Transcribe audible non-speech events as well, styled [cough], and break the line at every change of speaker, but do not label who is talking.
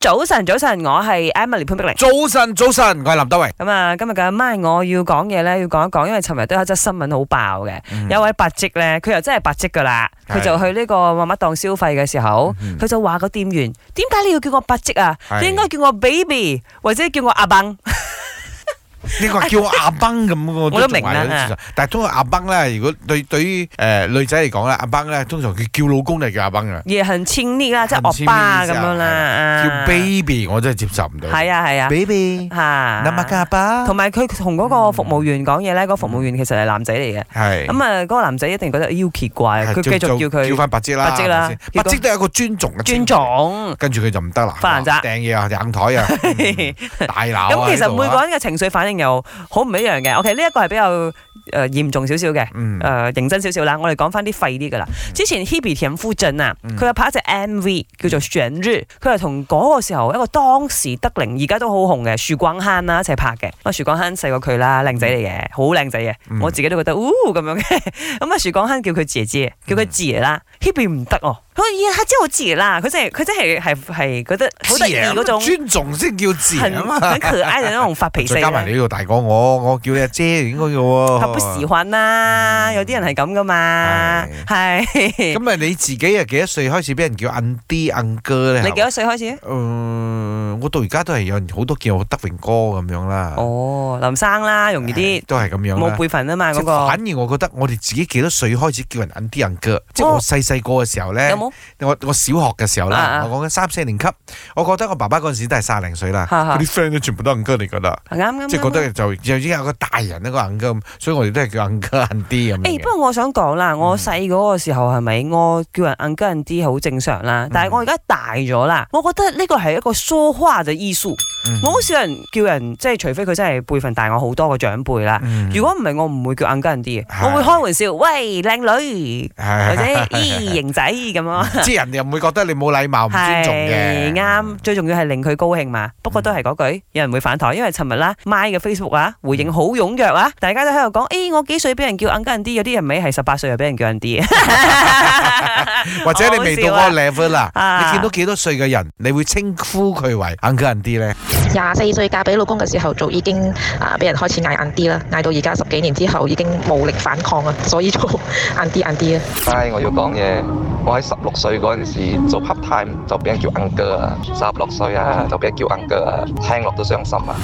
早晨，早晨，我係 Emily 潘碧玲。
早晨，早晨，我系林德荣。
咁啊，今日嘅咪我要講嘢咧，要講一講，因為尋日都有一則新聞好爆嘅，有位白職咧，佢又真係白職噶啦，
係
佢就去呢個媽媽檔消費嘅時候，
嗯
佢就話個店員：點解你要叫我白職啊？
係
你應該叫我 baby 或者叫我阿崩。
呢個叫我阿崩咁，
[laughs]
我
我都
仲
明啦
懷疑
啊
呢啲事但係通常阿崩咧，如果對對於誒女仔嚟講咧，阿崩咧通常佢叫老公就叫阿崩噶，
也很親昵啦，即係
很親昵
惡霸
意思
咁樣
啊
啦。
叫
啊
baby 我真係接受唔到。
係啊係啊
baby，
嚇
諗下阿爸
同。埋佢同嗰個服務員講嘢咧，嗰個服務員其實係男仔嚟嘅。
係。
咁啊，嗰個男仔一定覺得妖奇怪，
係
佢繼續叫
叫
佢
翻白姐啦，
白姐啦
係咪先
結果
白姐都有一個尊重嘅
尊
精神。
重。
跟住佢就唔得啦，
發爛渣
掟嘢啊，硬台
[laughs]
啊，嗯大鬧啊
咁其
呢
實
度啊
每個人嘅情緒反應又好唔一樣嘅。OK，呢一個係比較誒嚴重少少嘅。
嗯
誒、認真少少啦，我哋講翻啲廢啲噶啦。之前 Hebe 田馥甄啊，
嗯
佢又拍一隻 MV 叫做《旋律》，佢係同嗰個時候一個當時得令，而家都好紅嘅許光漢啦一齊拍嘅。啊，許光漢細過佢啦，靚仔嚟嘅，好靚仔嘅，
嗯
我自己都覺得，呜咁樣嘅。咁啊，許光漢叫佢姐姐，
嗯
叫佢姐啦。Hebe 唔得哦，佢話咦，他叫我姐啦，佢真係佢真係係係覺得好得意
姐啊
嗰種，
尊重先叫字啊
很
嘛。
很可愛嘅那種發脾氣
再加
啦。
埋你呢度大過我，我叫你阿姐應該嘅喎。
他不啊時患啦，
嗯
有啲人係咁噶嘛， [laughs] 係。
咁啊，你自己啊幾多歲開始俾人叫 u 啲 u 哥咧？
你幾
係嘛？
多歲開始？
誒，我到而家都係有人好多叫我德榮哥咁樣啦。
哦，林生啦，容易啲
啊係，，都係咁樣
冇
啦。
輩份啊嘛，
即
嗰
係
個
反而我覺得我哋自己幾多歲開始叫人 u 啲 u 哥？即係
哦
我細細個嘅時候咧
有，冇？
我我小學嘅時候
啊啊
啦，我講緊三四年級，我覺得我爸爸嗰陣時都係卅零歲啦，
哈哈
佢啲 friend 都全部都 u 哥嚟㗎啦，
啊啱啱。
即係覺
啱
得就就已經有個大人一個 u 哥咁，所以我哋都係叫 u 哥 u 啲咁樣
誒，
嘅
不。過我想講
嗯
啦，我細嗰個時候係咪我叫人硬跟人啲好正常
嗯
啦？但係我而家大咗啦，我覺得呢個係一個說話嘅藝術。
嗯
我好少人叫人，即係除非佢真係輩份大我好多個長輩啦。
嗯
如果唔係，我唔會叫硬跟人啲嘅，
係
我會開玩笑，喂靚女或者
係
咦型仔咁
[laughs]
咯。
即係人哋又唔會覺得你冇禮貌、唔尊重嘅。
係啱，最重要係令佢高興嘛。不過都係嗰句，有人會反台，因為尋日啦，My 嘅 Facebook 啊，回應好踴躍啊，大家都喺度講，誒我幾歲俾人叫 u n 人啲，有啲人咪係十八歲又俾人叫人 [laughs] 啲，
[laughs] 或者你未到嗰個 level 啦，
啊
你見到幾多歲嘅人，你會稱呼佢為 uncle 人啲咧？
廿四歲嫁俾老公嘅時候，就已經啊俾人開始嗌硬啲啦，嗌到而家十幾年之後已經無力反抗啊，所以就 [laughs] 硬啲硬啲啊。
嗨，我要講嘢。我喺十六歲嗰陣時做 part time 就俾人叫 uncle 啊，十六歲啊就俾人叫 uncle 啊，聽落都傷心啊。